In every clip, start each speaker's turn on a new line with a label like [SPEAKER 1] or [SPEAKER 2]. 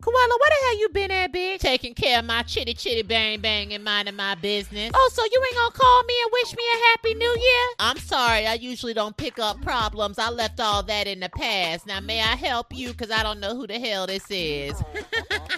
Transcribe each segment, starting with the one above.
[SPEAKER 1] Koala, where the hell you been at, bitch?
[SPEAKER 2] Taking care of my chitty chitty bang bang and minding my business.
[SPEAKER 1] Oh, so you ain't gonna call me and wish me a happy new year?
[SPEAKER 2] I'm sorry, I usually don't pick up problems. I left all that in the past. Now, may I help you? Because I don't know who the hell this is.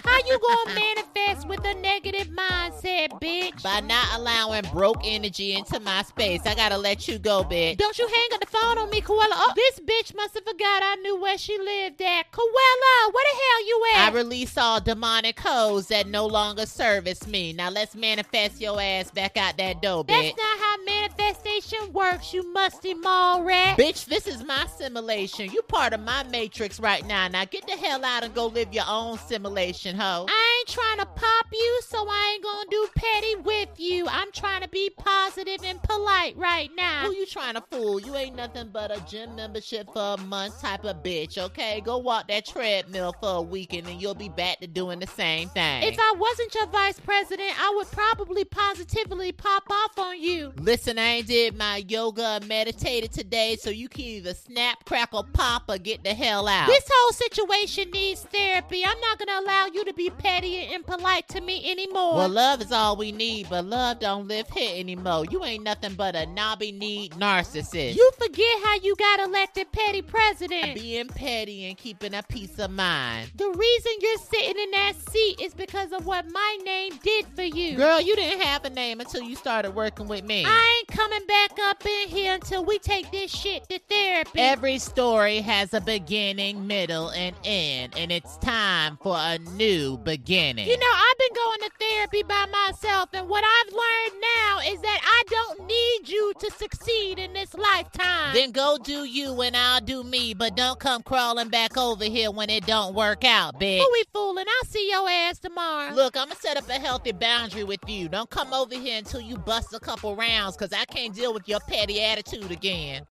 [SPEAKER 1] How you gonna manifest with a negative mindset, bitch?
[SPEAKER 2] By not allowing broke energy into my space, I gotta let you go, bitch.
[SPEAKER 1] Don't you hang up the phone on me, Koala. Oh, this bitch must have forgot I knew where she lived at. Koala, where the hell you
[SPEAKER 2] I
[SPEAKER 1] at?
[SPEAKER 2] release all demonic hoes that no longer service me. Now, let's manifest your ass back out that door, bitch.
[SPEAKER 1] That's not how manifestation works, you musty mall rat.
[SPEAKER 2] Bitch, this is my simulation. You part of my matrix right now. Now get the hell out and go live your own simulation, hoe.
[SPEAKER 1] I ain't trying to pop you, so I ain't gonna do petty with you. I'm trying to be positive and polite right now.
[SPEAKER 2] Who you trying to fool? You ain't nothing but a gym membership for a month type of bitch, okay? Go walk that treadmill for a weekend and you'll be back to doing the same thing.
[SPEAKER 1] If I wasn't your vice president, I would probably positively pop off on you.
[SPEAKER 2] Listen, I ain't did my yoga and meditated today, so you can either snap, crackle, pop, or get the hell out.
[SPEAKER 1] This whole situation needs therapy. I'm not gonna allow you to be petty and impolite to me anymore.
[SPEAKER 2] Well, love is all we need, but love don't live here anymore. You ain't nothing but a knobby need narcissist.
[SPEAKER 1] you forget how you got elected petty president.
[SPEAKER 2] being petty and keeping a peace of mind.
[SPEAKER 1] the reason you're sitting in that seat is because of what my name did for you.
[SPEAKER 2] Girl, you didn't have a name until you started working with me.
[SPEAKER 1] I ain't coming back up in here until we take this shit to therapy.
[SPEAKER 2] Every story has a beginning, middle, and end, and it's time for a new beginning.
[SPEAKER 1] You know, I've been going to therapy by myself, and what I've learned now is that I don't need you to succeed in this lifetime.
[SPEAKER 2] then go do you and I'll do me, but don't come crawling back over here when it don't work out, bitch.
[SPEAKER 1] Who we fooling? I'll see your ass tomorrow.
[SPEAKER 2] Look, I'm gonna set up a healthy boundary with you. Don't come over here until you bust a couple rounds, cause I can't deal with your petty attitude again.